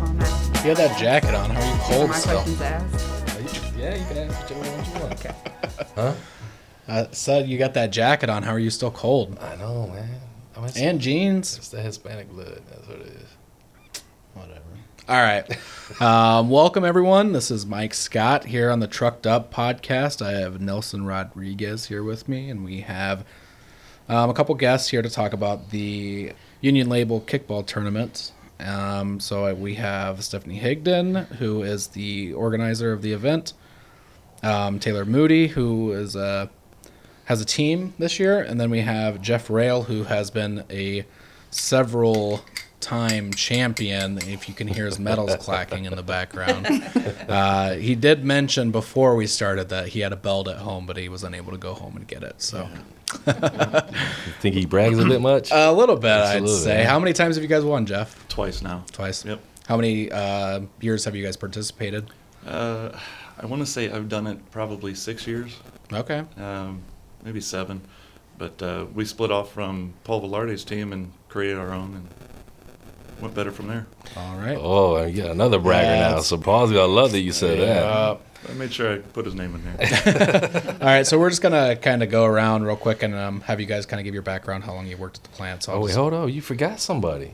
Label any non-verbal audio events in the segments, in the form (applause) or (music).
You had that jacket on. How are you cold My still? question's asked. Yeah, you can ask whichever one you want. Okay. Huh? I said Uh, you got that jacket on. How are you still cold? I know, man. I mean, it's, And jeans. it's the Hispanic blood. That's what it is. Whatever. All right. Um, welcome, everyone. This is Mike Scott here on the Trucked Up podcast. I have Nelson Rodriguez here with me, and we have um, a couple guests here to talk about the Union Label Kickball Tournament. Um, so we have Stephanie Higdon, who is the organizer of the event, um, Taylor Moody, who is a has a team this year, and then we have Jeff Rail, who has been a several time champion. If you can hear his (laughs) medals clacking in the background, uh, he did mention before we started that he had a belt at home, but he was unable to go home and get it. So You think he brags a bit much? a little bit, Just a I'd little say. bit. How many times have you guys won, Jeff? Twice now. Twice. Yep. How many uh, years have you guys participated? Uh, I want to say I've done it probably six years, Okay. um, maybe seven. But uh, we split off from Paul Velarde's team and created our own and went better from there. All right. oh, I get another bragger Yeah, now. that's- So, Paul's gonna love that you said that. Uh, I made sure I put his name in there. all right. So we're just gonna kind of go around real quick and um, have you guys kind of give your background, how long you worked at the plant. So I'll Oh, wait, just- hold on. You forgot somebody.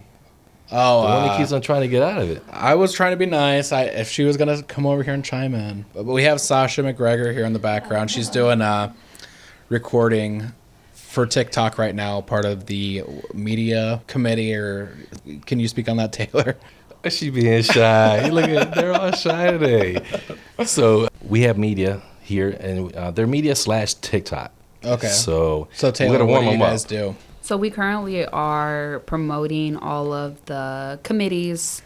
oh, The one uh, that keeps on trying to get out of it. I was trying to be nice. I if she was gonna come over here and chime in, but, but we have Sasha McGregor here in the background. She's doing uh, recording for TikTok right now, part of the media committee. Or can you speak on that, (laughs) Taylor? Why (laughs) she being shy? Look at they're all shy today. So we have media here, and uh, they're media slash TikTok. Okay. So So we're Taylor, gonna what warm do you them up. guys do? So we currently are promoting all of the committees,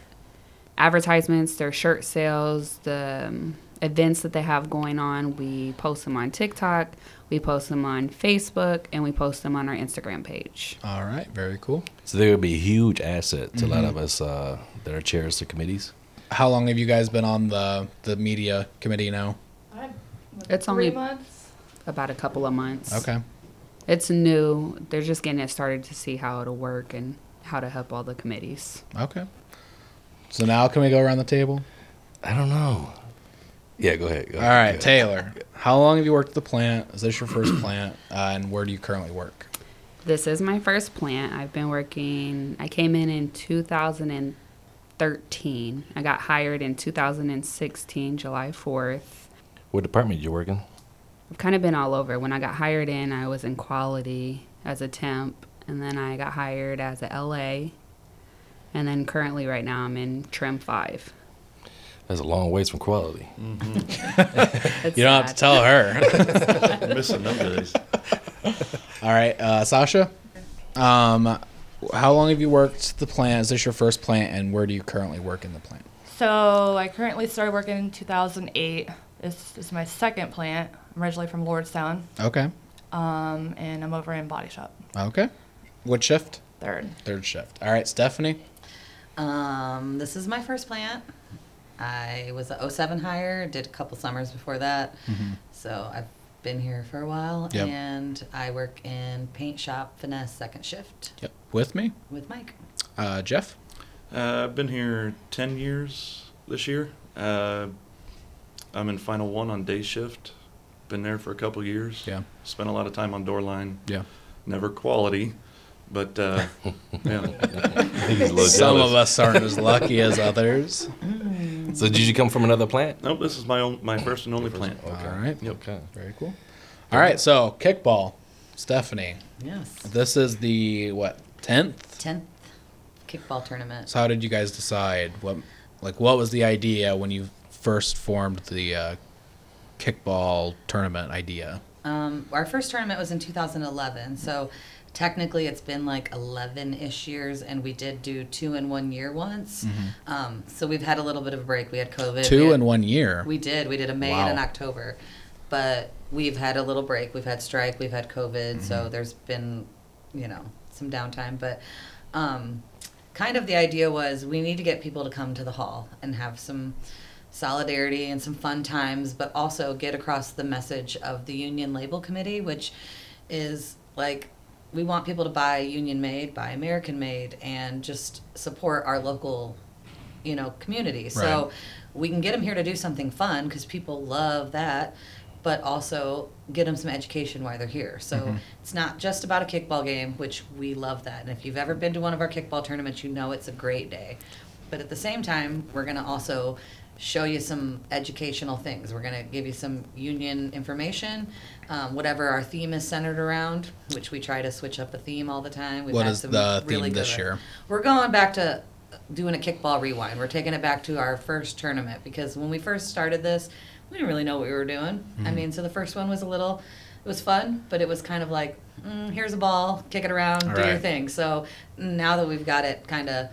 advertisements, their shirt sales, the um, events that they have going on. We post them on TikTok, we post them on Facebook, and we post them on our Instagram page. All right, very cool. So they're gonna be a huge asset to a lot of us uh, that are chairs to committees. How long have you guys been on the the media committee now? It's three only- months. About a couple of months. Okay. It's new. They're just getting it started to see how it'll work and how to help all the committees. Okay. So now can we go around the table? I don't know. Yeah, go ahead. Go All right, ahead, go ahead. Taylor. How long have you worked at the plant? Is this your first plant? Uh, and where do you currently work? This is my first plant. I've been working, I came in in 2013. I got hired in 2016, July 4th. What department you working? I've kind of been all over. When I got hired in, I was in quality as a temp, and then I got hired as a LA. And then currently, right now, I'm in trim five. That's a long ways from quality. It's You don't have to sad. tell her. I'm missing them days. (laughs) All right, uh, Sasha. Um, how long have you worked the plant? Is this your first plant, and where do you currently work in the plant? So I currently started working in 2008. This is my second plant. I'm originally from Lordstown, Okay. um, and I'm over in Body Shop Okay. What shift? third. Third shift. All right, Stephanie. Um, this is my first plant. I was a 07 hire, did a couple summers before that. So I've been here for a while Mm-hmm. Yep. and I work in paint shop finesse second shift Yep. With me, with Mike. uh, Jeff. Uh, I've been here 10 years this year. Uh, I'm in Final One on day shift. Been there for a couple years. Yeah. Spent a lot of time on door line. Yeah. Never quality, but (laughs) uh, yeah. I think he's a (laughs) little Some jealous. of us aren't as lucky (laughs) as others. So did you come from another plant? Nope, this is my own, my first and only plant. All right. Yep. Okay. Very cool. All right, so kickball, Stephanie. Yes. This is the what tenth? 10th kickball tournament. So how did you guys decide what, like, what was the idea when you first formed the uh, kickball tournament idea? Um, our first tournament was in 2011. So technically it's been like 11 ish years and we did do two in one year once. Um, so we've had a little bit of a break. We had COVID. we Mm-hmm. Two had- in one year. We did. We did a May Wow. and an October, but we've had a little break. We've had strike. We've had COVID. Mm-hmm. So there's been, you know, some downtime. But um, kind of the idea was we need to get people to come to the hall and have some solidarity and some fun times, but also get across the message of the Union Label Committee, which is like we want people to buy Union made, buy American made, and just support our local you know community. So Right. we can get them here to do something fun because people love that, but also get them some education while they're here. So Mm-hmm. it's not just about a kickball game, which we love that. And if you've ever been to one of our kickball tournaments, you know it's a great day. But at the same time, we're going to also show you some educational things. We're going to give you some union information, um, whatever our theme is centered around, which we try to switch up a theme all the time. We've What had is some the theme really this good- year? We're going back to doing a kickball rewind. We're taking it back to our first tournament because when we first started this, we didn't really know what we were doing. Mm-hmm. I mean, so the first one was a little, it was fun, but it was kind of like, mm, here's a ball, kick it around, do your Right. thing. So now that we've got it kind of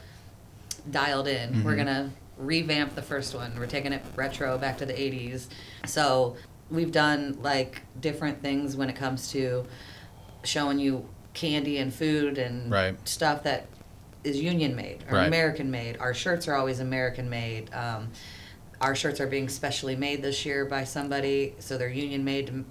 dialed in. We're Mm-hmm. gonna revamp the first one. We're taking it retro back to the 80s. So we've done like different things when it comes to showing you candy and food and Right. stuff that is union made or Right. American made. Our shirts are always American made. Um, our shirts are being specially made this year by somebody, so they're union made to m-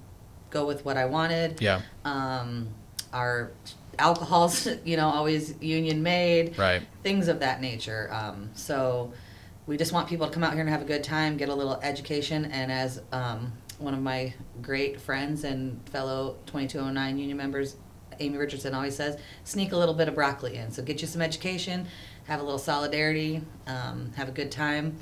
go with what I wanted Yeah. um, our alcohol's (laughs) you know always union made Right. things of that nature um, so we just want people to come out here and have a good time get a little education and as um, one of my great friends and fellow 2209 union members amy richardson always says sneak a little bit of broccoli in so get you some education have a little solidarity um, have a good time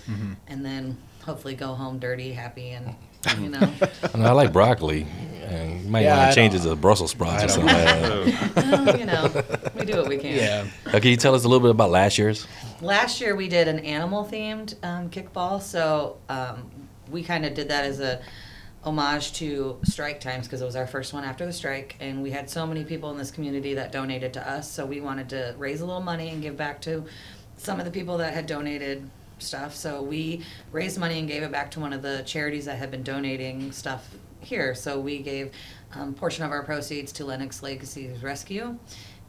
and then hopefully go home dirty happy and you know (laughs) And I like broccoli. And you might Yeah, want I to change it to Brussels sprouts or something. like that. So, well, you know we do what we can Uh, Can you tell us a little bit about last year's? last year we did an animal themed um, kickball so um, we kind of did that as a homage to strike times because it was our first one after the strike and we had so many people in this community that donated to us so we wanted to raise a little money and give back to some of the people that had donated stuff so we raised money and gave it back to one of the charities that had been donating stuff here so we gave um, a portion of our proceeds to lennox legacies rescue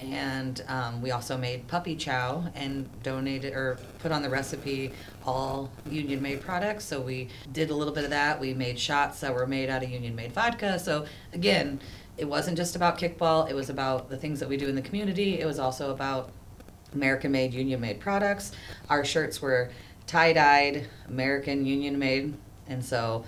and um, we also made puppy chow and donated or put on the recipe all union made products so we did a little bit of that we made shots that were made out of union made vodka so again it wasn't just about kickball it was about the things that we do in the community it was also about american made union made products our shirts were tie dyed american union made and so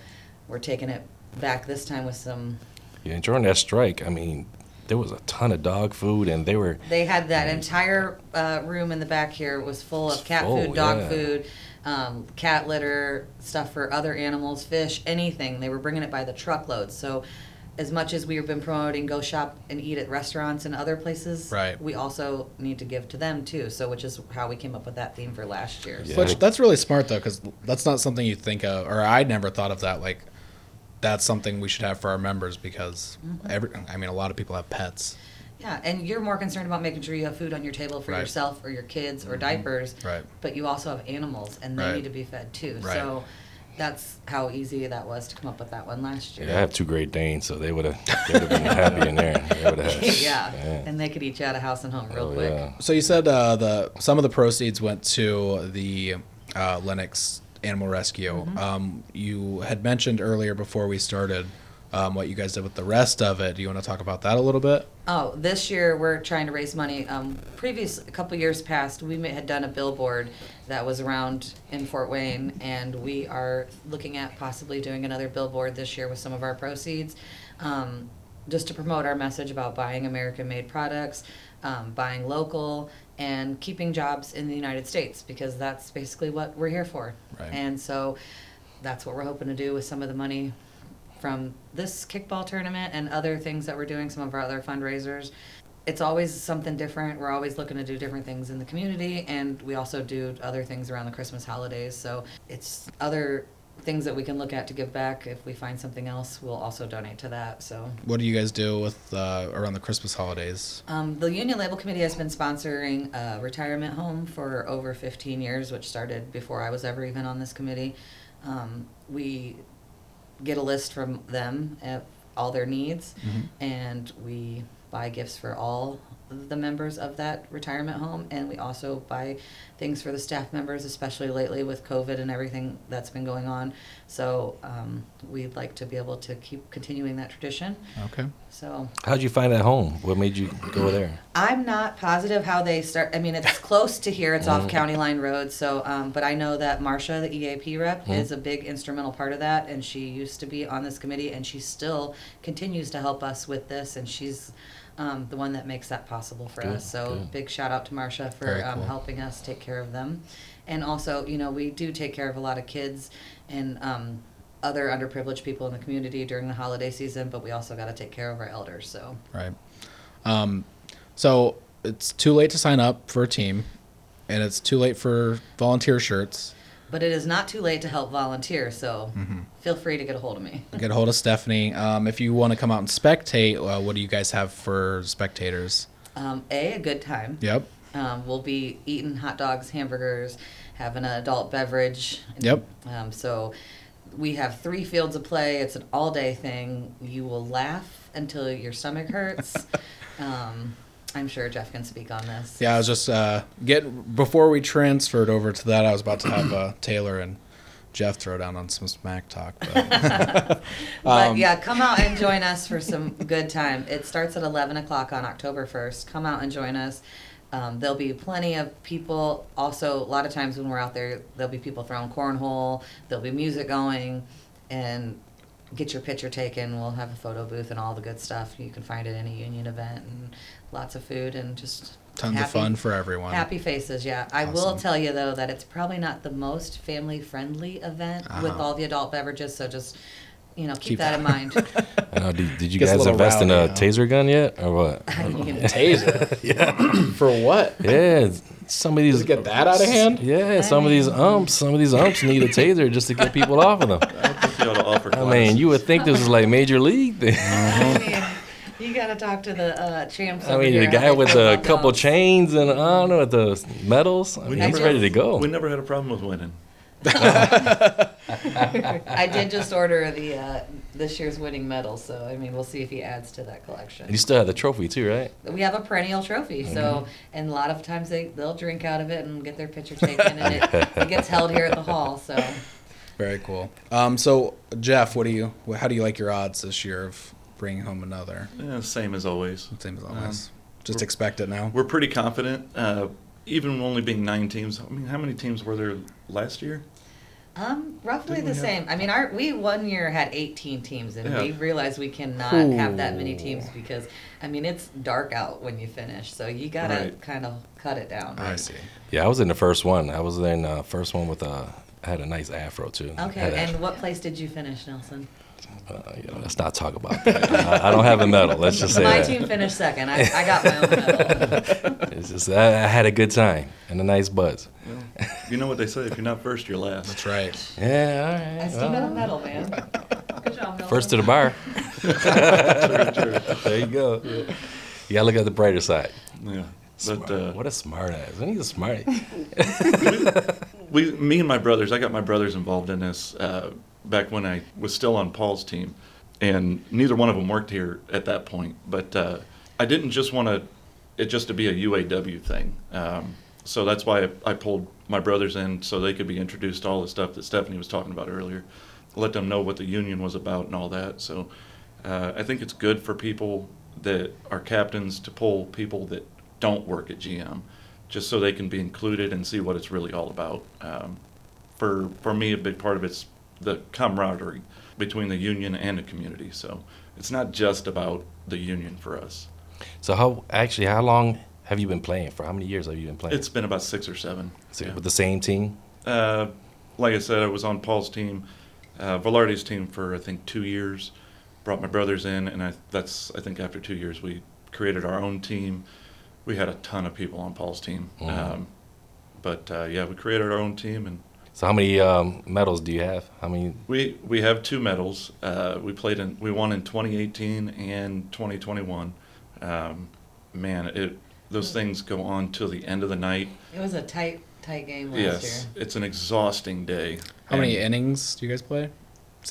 we're taking it back this time with some Yeah, during that strike, I mean, there was a ton of dog food, and they were They had that entire uh, room in the back here was full of cat Full, food, dog yeah. food, um, cat litter, stuff for other animals, fish, anything. They were bringing it by the truckload. So, as much as we've been promoting go shop and eat at restaurants and other places, Right. we also need to give to them too. So, which is how we came up with that theme for last year. Yeah. Which that's really smart though, because that's not something you think of, or I never thought of that. Like, that's something we should have for our members because every, I mean, a lot of people have pets. Yeah, and you're more concerned about making sure you have food on your table for Right. Mm-hmm. yourself or your kids or diapers. Right. But you also have animals, and they Right. need to be fed too. Right. So that's how easy that was to come up with that one last Yeah, I year. have two great Danes, so they would have they would have been happy in there. They would (laughs) have (laughs) Yeah. and they could eat you out of house and home real Oh, quick. yeah. So you said uh, the some of the proceeds went to the uh, Lennox Animal Rescue. Um, you had mentioned earlier before we started um, what you guys did with the rest of it. Do you want to talk about that a little bit? Oh, this year we're trying to raise money. Um, previous, a couple years past, we ma- had done a billboard that was around in Fort Wayne, and we are looking at possibly doing another billboard this year with some of our proceeds, um, just to promote our message about buying American-made products, um, buying local, and keeping jobs in the United States because that's basically what we're here for. Right. And so, that's what we're hoping to do with some of the money from this kickball tournament and other things that we're doing, some of our other fundraisers. It's always something different. We're always looking to do different things in the community, and we also do other things around the Christmas holidays. So it's other things that we can look at to give back. If we find something else, we'll also donate to that. So What do you guys do with uh, around the Christmas holidays? um, the Union Label Committee has been sponsoring a retirement home for over 15 years, which started before I was ever even on this committee. Um, we get a list from them of all their needs, and we buy gifts for all the members of that retirement home, and we also buy things for the staff members, especially lately with COVID and everything that's been going on. So um, we'd like to be able to keep continuing that tradition. Okay. So How'd you find that home? What made you go there? I'm not positive how they start. I mean, it's close to here. It's off County Line Road. So, um, but I know that Marsha, the EAP representative is a big instrumental part of that, and she used to be on this committee, and she still continues to help us with this, and she's um, the one that makes that possible for us. So, good. big shout out to Marsha for Very um, cool. helping us take care of them, and also, you know, we do take care of a lot of kids and. Um, other underprivileged people in the community during the holiday season, but we also got to take care of our elders. So Right. Um, so it's too late to sign up for a team, and it's too late for volunteer shirts. But it is not too late to help volunteer, so Mm-hmm. feel free to get a hold of me. Get a hold of Stephanie. Um, if you want to come out and spectate, uh, what do you guys have for spectators? Um, a, a good time. Yep. Um, we'll be eating hot dogs, hamburgers, having an adult beverage. Yep. Um, so we have three fields of play. It's an all day thing. You will laugh until your (laughs) stomach hurts. um, I'm sure Jeff can speak on this. Yeah, I was just uh, get before we transferred over to that. I was about to have uh, Taylor and Jeff throw down on some smack talk. But, But Um, yeah, come out and join us for some good time. It starts at 11 o'clock on October 1st. Come out and join us. Um, there'll be plenty of people. Also, a lot of times when we're out there, there'll be people throwing cornhole, there'll be music going, and get your picture taken. We'll have a photo booth and all the good stuff. You can find it any union event and lots of food and just Tons of fun for everyone. Happy faces, yeah. I will Awesome. tell you though that it's probably not the most family friendly event with Uh-huh. all the adult beverages, so just you know, keep, Keep that, (laughs) in mind. (laughs) I know, did, did you Gets a guys little invest in a rowdy, huh? taser gun yet, or (laughs) what? Taser. yeah. (clears throat) For what? yeah, some of these Just get that out of hand. Yeah, some of these umps, some of these umps need a taser just to get people off of (laughs) them. I think you ought to offer I mean, classes. Oh, you would think this is like major league. Thing. I mean, you gotta talk to the uh, (laughs) champs. I over mean, Oh, the here, how guy they with feel a (laughs) about couple dogs. chains and I don't know the medals. I mean, he's never- ready to go. We never had a problem with winning. I did just order the uh, this year's winning medal, so I mean, we'll see if he adds to that You collection. still have the trophy too, right? We have a perennial trophy, Mm-hmm. so and a lot of times they they'll drink out of it and get their picture taken, and it, (laughs) it gets held here at the hall. So Very cool. Um, so Jeff, what do you? wh- How do you like your odds this year of bringing home another? Yeah, same as always. Same as always. Just expect it now. We're pretty confident, uh, even only being nine teams. I mean, how many teams were there last year? um, roughly Didn't the we have- same. I mean, our we one year had 18 teams, and Yeah. we realized we cannot have that many teams because I mean it's dark out when you finish, so you gotta Right. kind of cut it down. I see. Yeah, I was in the first one. I was in the first one with a I had a nice afro too. Had Okay, a- and what place did you finish, Nelson? uh, you know, let's not talk about that. I, I don't have a medal. Let's just say (laughs) My that. team finished second. I, I got my own medal. It's just I, I had a good time and a nice buzz. Well, you know what they say: if you're not first, you're last. That's right. Yeah, all I right. still got well, a medal, man. Good job, Nelson. first to the bar. True, true. (laughs) There you go. You gotta look at the brighter side. Yeah. Smart. But uh, what a smart ass. Isn't he a smart? we, me and my brothers, I got my brothers involved in this uh, back when I was still on Paul's team, and neither one of them worked here at that point. But uh, I didn't just want to it just to be a UAW thing. Um, so that's why I, I pulled my brothers in so they could be introduced to all the stuff that Stephanie was talking about earlier, let them know what the union was about and all that. So uh, I think it's good for people that are captains to pull people that don't work at GM, just so they can be included and see what it's really all about. Um, for for me, a big part of it's the camaraderie between the union and the community. So it's not just about the union for us. So how actually how long have you been playing for? How many years have you been playing? It's been about six or seven. So, Yeah. with the same team. Uh, like I said, I was on Paul's team, uh, Velarde's team for I think two years. Brought my brothers in, and I, that's I think after two years we created our own team. We had a ton of people on Paul's team, um, but uh, yeah, we created our own team, and So how many um, medals do you have? How many? we we have two medals. Uh, we played in we won in 2018 and 2021. Um, man, it those things go on till the end of the night. It was a tight, tight game last yes, it's an exhausting day. How many innings do you guys play? year.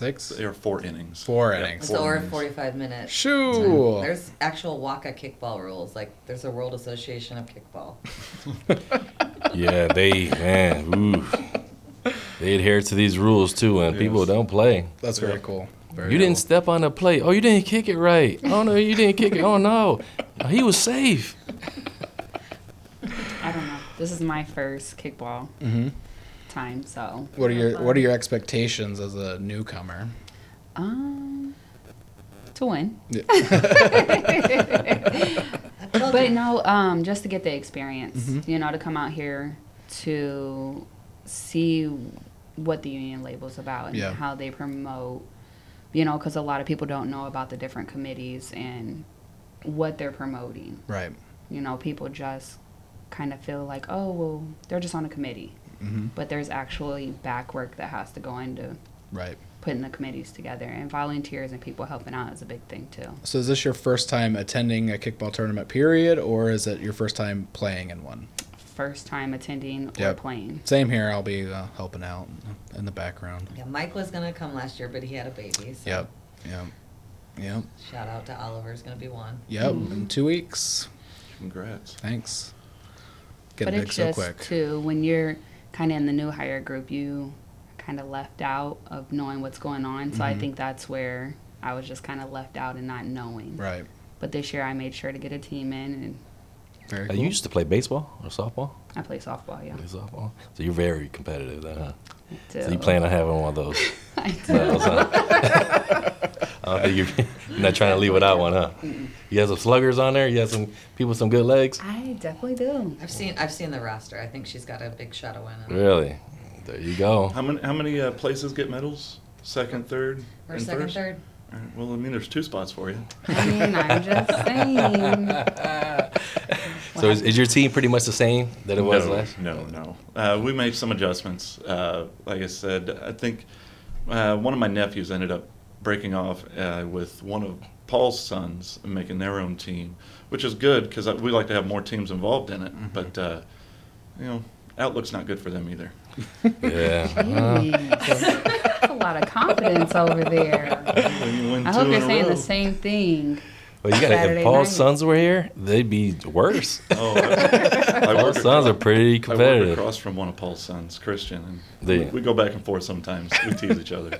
Six? They are four innings. Four Yep, innings. So or innings. 45 minutes. Shoo! There's actual Waka kickball rules. Like there's a World Association of Kickball. yeah, they man, ooh, they adhere to these rules too, and people Yes. don't play. That's very cool. Very You didn't cool. step on the plate. Oh, you didn't kick it right. Oh no, you didn't kick it. Oh no, he was safe. I don't know. This is my first kickball Mm-hmm. time, so What are your What are your expectations as a newcomer? um, to win. Children. But no, um, just to get the experience, Mm-hmm. you know, to come out here to see what the union label's about and Yeah. how they promote, you know, because a lot of people don't know about the different committees and what they're promoting. Right. You know, people just kind of feel like, oh, well, they're just on a committee. Mm-hmm. But there's actually back work that has to go into Right. putting the committees together, and volunteers and people helping out is a big thing too. So is this your first time attending a kickball tournament period, or is it your first time playing in one? First time attending or Yep. playing. Same here. I'll be uh, helping out in the background. Yeah, Mike was gonna come last year, but he had a baby. So Yep. Yep. Yep. Shout out to Oliver's gonna be one. Yep. In two weeks. Congrats. Thanks. Getting big it's so quick. too when you're kind of in the new hire group, you kind of left out of knowing what's going on. So Mm-hmm. I think that's where I was just kind of left out and not knowing. Right. But this year I made sure to get a team in, and Very Uh, cool. You used to play baseball or softball. I play softball. Yeah, Play softball. So you're very competitive, then, huh? So So- you plan on having one of those? (laughs) I do. No, it's not. (laughs) I don't think you're, you're (laughs) not trying to leave without one, huh? You got some sluggers on there. You got some people with some good legs. I definitely do. I've seen I've seen the roster. I think she's got a big shot of winning. Really? There you go. How many how many uh, places get medals? Second, third, Or and second, first? third. All right, Well, I mean, there's two spots for you. I mean, I'm (laughs) just saying. So is, is your team pretty much the same that it was no, (laughs) last? No, no. Uh, we made some adjustments. Uh, like I said, I think uh, one of my nephews ended up breaking off uh, with one of Paul's sons and making their own team, which is good because we like to have more teams involved in Mm-hmm. it. But uh, you know, outlook's not good for (laughs) them either. Yeah. Jeez. That's Uh-huh. (laughs) a lot of confidence over there. You win I two hope you're in a saying row. the same thing. Well, you got to. Saturday If Paul's night. sons were here, they'd be worse. Oh, I, (laughs) I Paul's work sons are pretty I work competitive. across from one of Paul's sons, Christian, and Do we, you? we go back and forth sometimes. We tease (laughs) each other,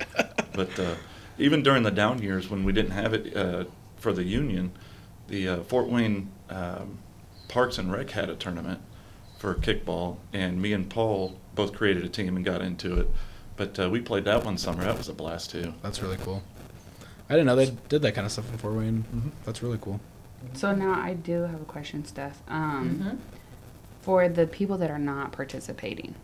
but uh, even during the down years when we didn't have it uh, for the union, the uh, Fort Wayne um, Parks and Rec had a tournament for kickball, and me and Paul both created a team and got into it. But uh, we played that one summer. That was a blast too. That's really cool. I didn't know they did that kind of stuff in Fort Wayne. That's really cool. So now I do have a question, Steph. Um, Mm-hmm. For the people that are not participating,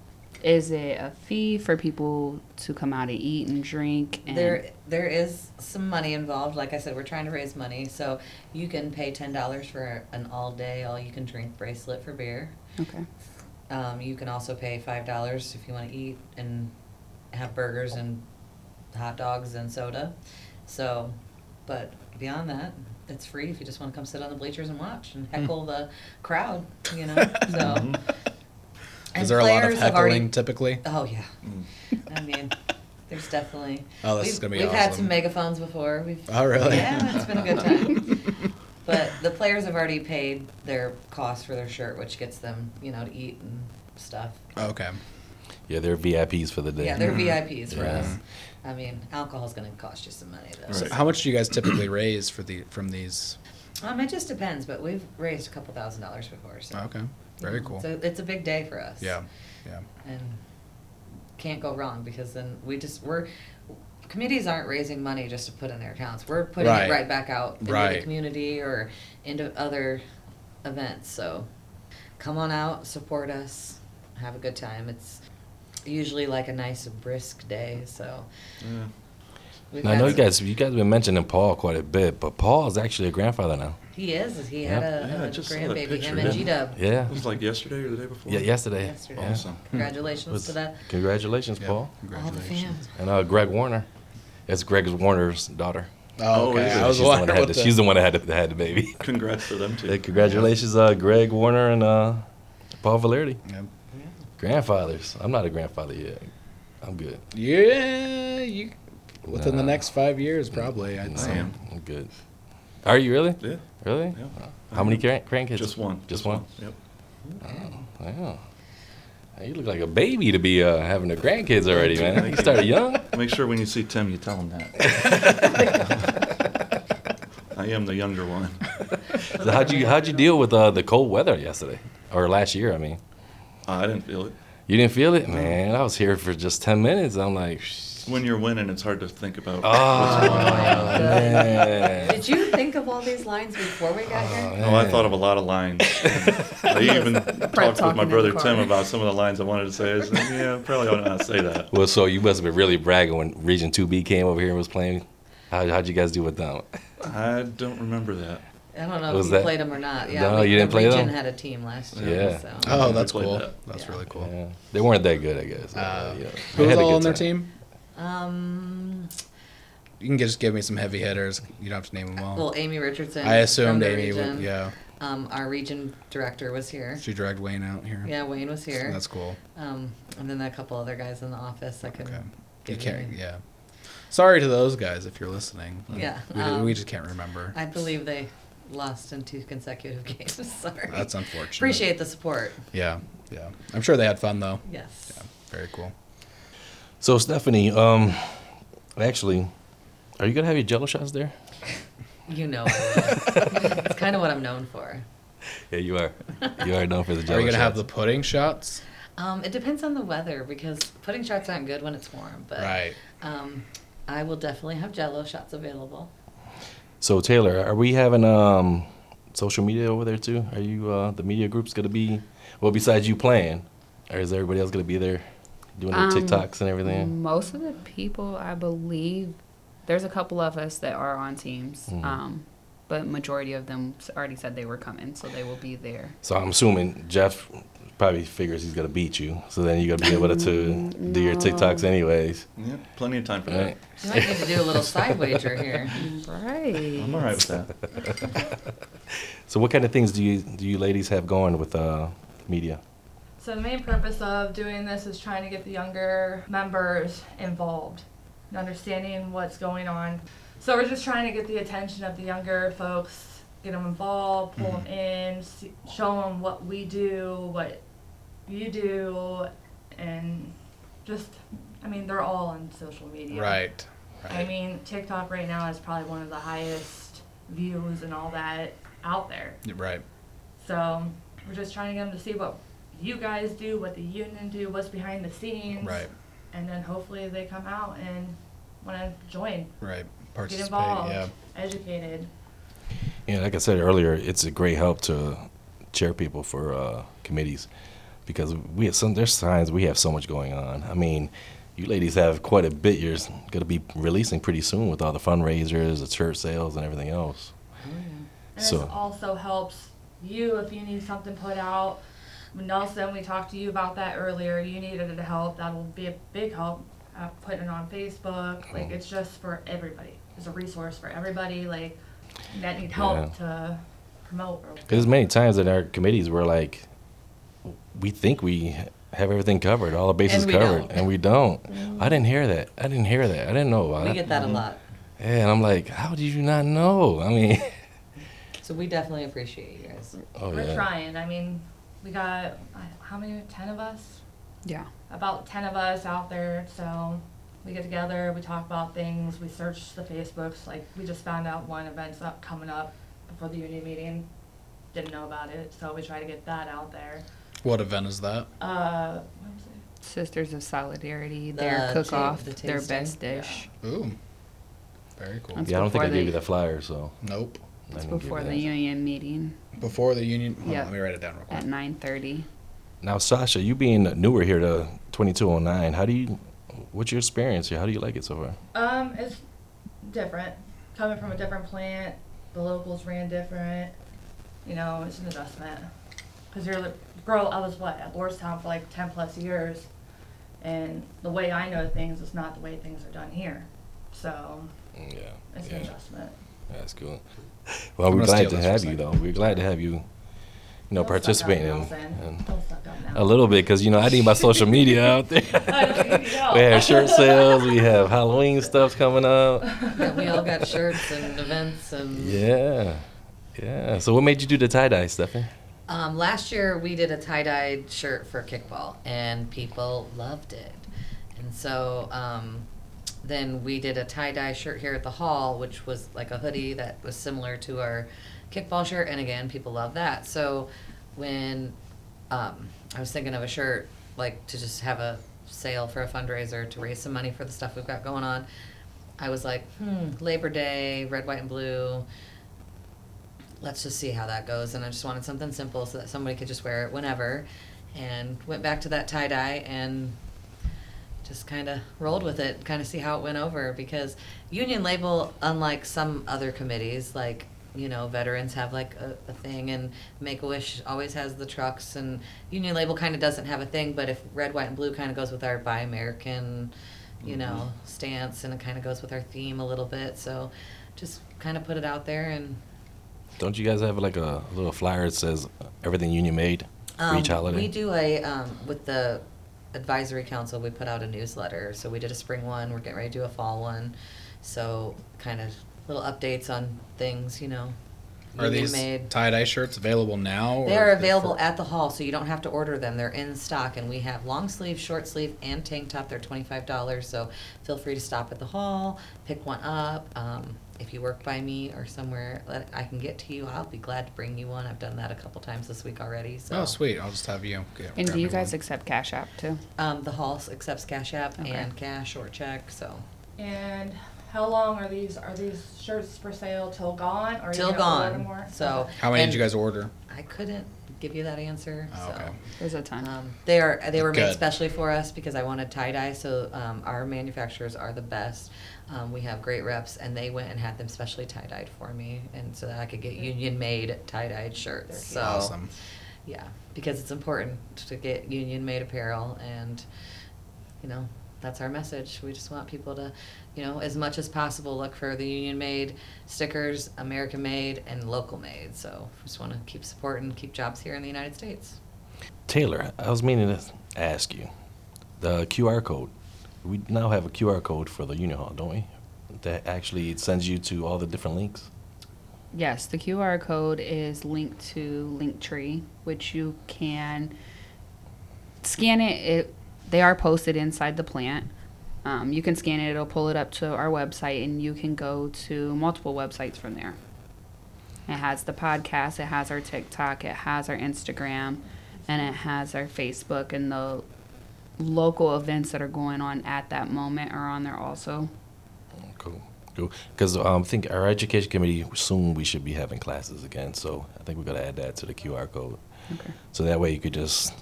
is it a fee for people to come out and eat and drink? And There there is some money involved. Like I said, we're trying to raise money, so you can pay ten dollars for an all day, all you can drink bracelet for beer. okay, Um, you can also pay five dollars if you want to eat and have burgers and hot dogs and soda. So, but beyond that, it's free if you just want to come sit on the bleachers and watch Hmm. and heckle the crowd. (laughs) You know, so. Mm-hmm. And Is there a lot of players have heckling already- typically? Oh yeah. I mean, there's definitely. Mm. Oh, this we've, is gonna be We've had awesome. some megaphones before. We've. Oh, really? Yeah, it's been a (laughs) good time. (laughs) but the players have already paid their cost for their shirt, which gets them, you know, to eat and stuff. Okay. Yeah, they're VIPs for the day. Yeah, they're VIPs for Yeah. Mm-hmm. us. I mean, alcohol's gonna cost you some money though. Right. How much do you guys typically raise for the from these? Um, it just depends, but we've raised a couple thousand dollars before, so. Oh, Okay. Very cool. So it's a big day for us. Yeah. Yeah. and can't go wrong because then we just we're committees aren't raising money just to put in their accounts. We're putting Right. it right back out into Right. the community or into other events. So come on out, support us, have a good time. It's usually like a nice brisk day. So Yeah. we've Now, I had know you some- guys. You guys have been mentioning Paul quite a bit, but Paul is actually a grandfather now. He is. He Yeah. had a, Yeah, I a just saw that grandbaby. picture, Him and yeah. G Dub. Yeah. It was like yesterday or the day before. Yeah. Yesterday. Yesterday. Yeah. Awesome. Congratulations Was- to that Congratulations, Yeah. Paul. all the fam. And uh, Greg Warner. That's Greg Warner's daughter. Oh, Oh, okay. is it? I was she's, the one that wondering had what the, the- she's the one that had the, that had the baby. Congrats to them Hey, too. congratulations, uh, Greg Warner and uh, Paul Valerdi. Yep. Grandfathers. I'm not a grandfather yet. I'm good. Yeah, you within the Nah. next five years, probably. I'd No, say. am. I'm good. Are you really? Yeah, Really? yeah. How many crank- grandkids? Just one. Just, one. Yep. Wow. Hey, You look like a baby to be uh, having the grandkids already, man. You started young. Make sure when you see Tim, you tell him that. I am the younger one. (laughs) So how'd you How'd you deal with uh, the cold weather yesterday or last year? I mean, I didn't feel it. you didn't feel it, man. I was here for just ten minutes. I'm like, (laughs) When you're winning, it's hard to think about. Ah, man. Did you think of all these lines before we got here? Uh, Oh, I thought of a lot (laughs) of lines. I even talked with talking my in brother the car. Tim about some of the lines I wanted to say. I said, yeah, probably ought not say that. Well, so you must have been really bragging when Region Two B came over here and was playing. How How'd you guys do with them? I don't remember that. I don't know Was if you that- played them or not. Yeah, No, we- you didn't the play region them? had a team last Yeah. year. So. Oh, We that's played cool. that. That's Yeah. really cool. Yeah. They weren't that good, I guess. Uh, yeah. Who They was had a all good on their time. team? Um, You can just give me some heavy hitters. You don't have to name them all. well, Amy Richardson. I from assumed the Amy would. region. Yeah, Um, our region director was here. she dragged Wayne out here. Yeah, Wayne was So here. that's cool. Um, and then a couple other guys in the office. I couldn't. Okay. You give can't. names. Yeah. Sorry to those guys if you're listening. Yeah, We, um, we just can't remember. I believe they lost in two consecutive (laughs) games. Sorry. That's unfortunate. Appreciate the support. Yeah. Yeah. I'm sure they had fun though. Yes. Very cool. So Stephanie, um, actually, are you gonna have your Jello shots there? You know, I would. it's kind of what I'm known for. Yeah, you are. You are known for the Are Jello we gonna have shots. the pudding shots? Um, it depends on the weather because pudding shots aren't good when it's warm. But Right. um, I will definitely have Jello shots available. so Taylor, are we having um social media over there too? Are you uh, the media group's gonna be well besides you playing, or is everybody else gonna be there doing their Um, TikToks and everything? Most of the people, I believe, there's a couple of us that are on teams, um, but majority of them s- already said they were coming, so they will be there. So I'm assuming Jeff probably figures he's gonna beat you. So then you're gonna be able to do your TikToks anyways. Yeah, plenty of time for Right? that. You might need to do a little side wager here. Right. I'm all right with that. So what kind of things do you do you ladies have going with uh, media? So the main purpose of doing this is trying to get the younger members involved and understanding what's going on. So we're just trying to get the attention of the younger folks, get them involved, pull Mm-hmm. them in, see, show them what we do, what you do, and just, I mean, they're all on social media. Right. I mean, TikTok right now is probably one of the highest views and all that out there. Right. So we're just trying to get them to see what you guys do, what the union do, what's behind the scenes. Right. And then hopefully they come out and want to join, Right. get Participate. involved, Yeah. educated. Yeah, like I said earlier, it's a great help to chair people for uh, committees because we have some. There's times we have so much going on. I mean, you ladies have quite a bit. You're going to be releasing pretty soon with all the fundraisers, the church sales, and everything else. And So- this also helps you if you need something put out. Nelson, we talked to you about that earlier. You needed the help. That'll be a big help. Uh, putting it on Oh. Facebook, like it's just for everybody. It's a resource for everybody, like that need help to promote. Or Because many times in our committees, we're like, we think we have everything covered, all the bases And we covered, don't. and we don't. I didn't hear that. I didn't hear that. I didn't know about We it. get that a lot. Yeah, and I'm like, how did you not know? I mean, (laughs) So we definitely appreciate you guys. oh We're yeah. trying. I mean, we got I- how many? Ten of us. Yeah. About ten of us out there. So we get together. We talk about things. We search the Facebooks. Like we just found out one event's up coming up before the union meeting. Didn't know about it, so we try to get that out there. What event is that? Uh, what was it? Sisters of Solidarity, The their ta- cook off, the their tasting? best dish. Ooh. Very cool. That's Yeah, I don't think I before gave you they- the flyer, so Nope. I It's didn't give before you the that. union meeting Before the union. Hold on, Yeah. let me write it down real at quick. 9:30. Now, Sasha, you being newer here to 2209, how do you? What's your experience here? How do you like it so far? Um, it's different. Coming from a different plant, the locals ran different. You know, it's an adjustment. Cause you're the girl. I was what at Lordstown for like ten plus years, and the way I know things is not the way things are done here. So Mm, Yeah, it's an adjustment. that's cool. Well, I'm we're gonna glad steal to this for a have you, second. though. We're glad to have you you know, participating in, in Don't suck up a now. (laughs) little bit because you know I need (laughs) my social media out there. (laughs) Oh. we have shirt sales, we (laughs) have Halloween stuff coming up. that we all got shirts and events and Yeah, yeah. So what made you do the tie dye, Stephanie? Um, last year, we did a tie dyed shirt for kickball, and people loved it. And so um, then we did a tie dye shirt here at the hall, which was like a hoodie that was similar to our kickball shirt. And again, people love that. So when um, I was thinking of a shirt, like to just have a sale for a fundraiser to raise some money for the stuff we've got going on, I was like, hmm, Labor Day, red, white, and blue let's just see how that goes. And I just wanted something simple so that somebody could just wear it whenever. And went back to that tie dye and just kind of rolled with it, kind of see how it went over. Because Union Label, unlike some other committees, like, you know, veterans have like a, a thing, and Make a Wish always has the trucks, and Union Label kind of doesn't have a thing. But if red, white, and blue kind of goes with our Buy American, you know, stance, and it kind of goes with our theme a little bit. So just kind of put it out there and Don't you guys have like a little flyer that says everything Union made for each Um, holiday? We do a, um, with the advisory council, we put out a newsletter. So we did a spring one, we're getting ready to do a fall one. So kind of little updates on things, you know. Are union these made. tie dye shirts available now? or They are if they're available for- at the hall, so you don't have to order them. They're in stock and we have long sleeve, short sleeve, and tank top. They're twenty-five dollars, so feel free to stop at the hall, pick one up. Um, if you work by me or somewhere that I can get to you, I'll be glad to bring you one. I've done that a couple times this week already, so. Oh, sweet! I'll just have you. get- And grab do you me guys one. accept Cash App too? Um, the hall accepts Cash App Okay. and cash or check, so And how long are these? Are these shirts for sale till gone? Or are you till gonna order gone. more? So How many and did you guys order? I couldn't give you that answer. Oh, so. okay. There's a ton. Um, they are they were made Good. specially for us because I wanted tie dye. So um, our manufacturers are the best. Um, we have great reps, and they went and had them specially tie dyed for me, and so that I could get union made tie dyed shirts. So Awesome. yeah, because it's important to get union made apparel, and you know that's our message. We just want people to, you know, as much as possible look for the union made stickers, American made, and local made. So we just want to keep supporting, keep jobs here in the United States. Taylor, I was meaning to ask you the QR code. We now have a QR code for the Union Hall, don't we? That actually sends you to all the different links. Yes, the QR code is linked to Linktree, which you can scan it. it they are posted inside the plant. Um, you can scan it, it'll pull it up to our website, and you can go to multiple websites from there. It has the podcast, it has our TikTok, it has our Instagram, and it has our Facebook, and the local events that are going on at that moment are on there also. Cool, cool. Because um, I think our education committee soon we should be having classes again, so I think we're gonna add that to the QR code. Okay. So that way you could just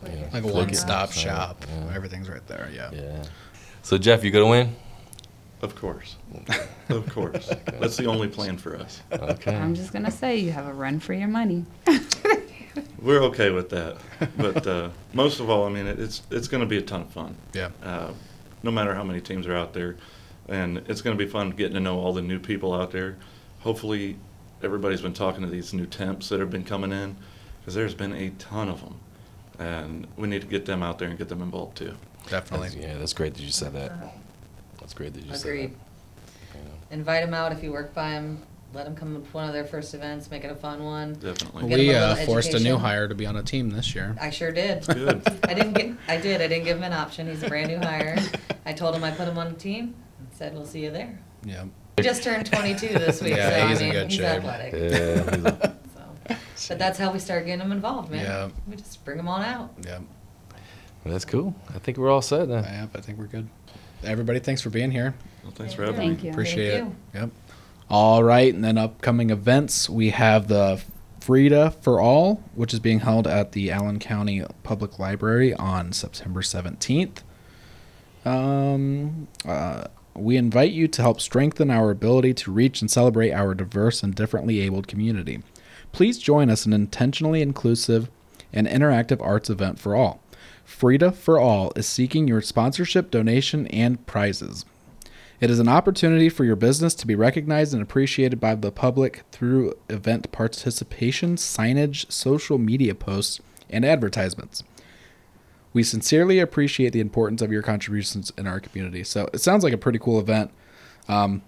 Click Yeah. it. Like a Click it. one-stop Yeah. shop. Yeah. Everything's right there. Yeah. yeah. So Jeff, you (laughs) gonna win? (laughs) Of course. Of course. That's the only plan for us. Okay. I'm just going to say you have a run for your money. We're okay with that. But uh, most of all, I mean, it, it's it's going to be a ton of fun. Yeah. Uh, no matter how many teams are out there, and it's going to be fun getting to know all the new people out there. Hopefully, everybody's been talking to these new temps that have been coming in, because there's been a ton of them, and we need to get them out there and get them involved too. Definitely. That's- yeah, that's great that you said that. uh, That's great that you said Agreed. that. Invite them out if you work by them. Let them come to one of their first events. Make it a fun one. Definitely. Get 'em a We little uh, forced a new education. hire to be on a team this year. I sure did. Good. (laughs) I didn't get. I did. I didn't give him an option. He's a brand new hire. I told him I put him on a team and said we'll see you there. Yeah. He just turned 22 this week, Yeah, so he's I in mean good he's shape. athletic. Yeah. he's a- (laughs) So. But that's how we start getting them involved, man. Yeah. We just bring them on out. Yeah. That's cool. I think we're all set then. Yeah. I think we're good. Everybody, thanks for being here. Well, thanks for having me. Thank you. Appreciate Thank it. Yep. All right, and then upcoming events, we have the Frida for All, which is being held at the Allen County Public Library on September 17th. Um, uh, we invite you to help strengthen our ability to reach and celebrate our diverse and differently abled community. Please join us in an intentionally inclusive and interactive arts event for all. Frida for All is seeking your sponsorship, donation, and prizes. It is an opportunity for your business to be recognized and appreciated by the public through event participation, signage, social media posts, and advertisements. We sincerely appreciate the importance of your contributions in our community. So it sounds like a pretty cool event. Um,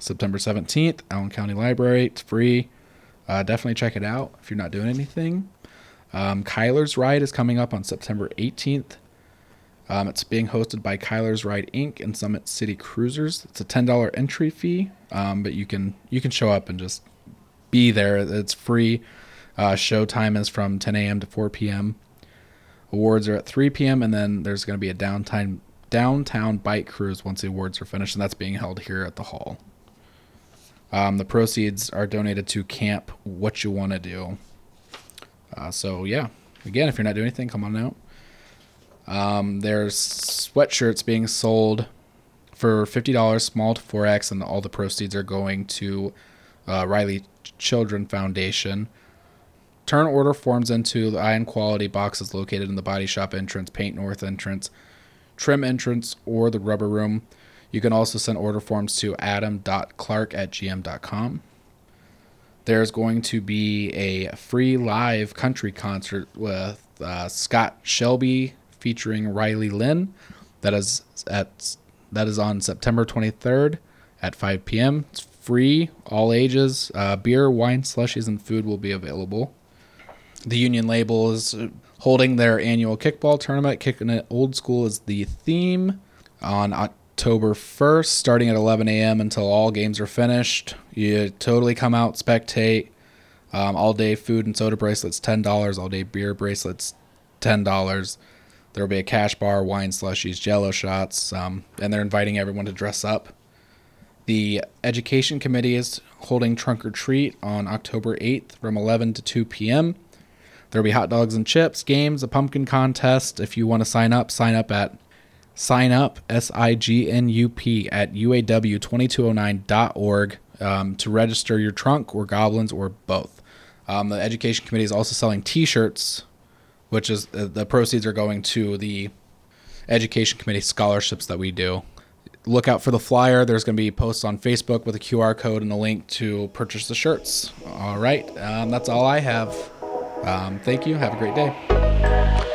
September 17th, Allen County Library. It's free. Uh, definitely check it out if you're not doing anything. Um, Kyler's Ride is coming up on September 18th. Um, it's being hosted by Kyler's Ride Inc. and Summit City Cruisers. It's a $10 entry fee, um, but you can you can show up and just be there. It's free. Uh, show time is from 10 a.m. to 4 p.m. Awards are at 3 p.m. and then there's going to be a downtime downtown bike cruise once the awards are finished, and that's being held here at the hall. Um, the proceeds are donated to Camp What You Want to Do. Uh, so yeah, again, if you're not doing anything, come on out. Um, there's sweatshirts being sold for fifty dollars, small to four X, and all the proceeds are going to uh, Riley Children Foundation. Turn order forms into the iron quality boxes located in the body shop entrance, paint north entrance, trim entrance, or the rubber room. You can also send order forms to adam.clark at gm.com. There's going to be a free live country concert with uh, Scott Shelby featuring Riley Lynn. That is at that is on September 23rd at 5 p.m. It's free, all ages. Uh, beer, wine, slushies, and food will be available. The Union Label is holding their annual kickball tournament. Kicking it old school is the theme on October 1st, starting at 11 a.m. until all games are finished. You totally come out, spectate. Um, all day food and soda bracelets, $10. All day beer bracelets, $10. There will be a cash bar, wine slushies, jello shots, um, and they're inviting everyone to dress up. The Education Committee is holding Trunk or Treat on October 8th from 11 to 2 p.m. There'll be hot dogs and chips, games, a pumpkin contest. If you want to sign up, sign up at sign up s i g n u p at uaw2209.org um, to register your trunk or goblins or both. Um, the education committee is also selling T-shirts, which is uh, the proceeds are going to the education committee scholarships that we do. Look out for the flyer. There's going to be posts on Facebook with a QR code and a link to purchase the shirts. All right, um, that's all I have. Um, thank you. Have a great day.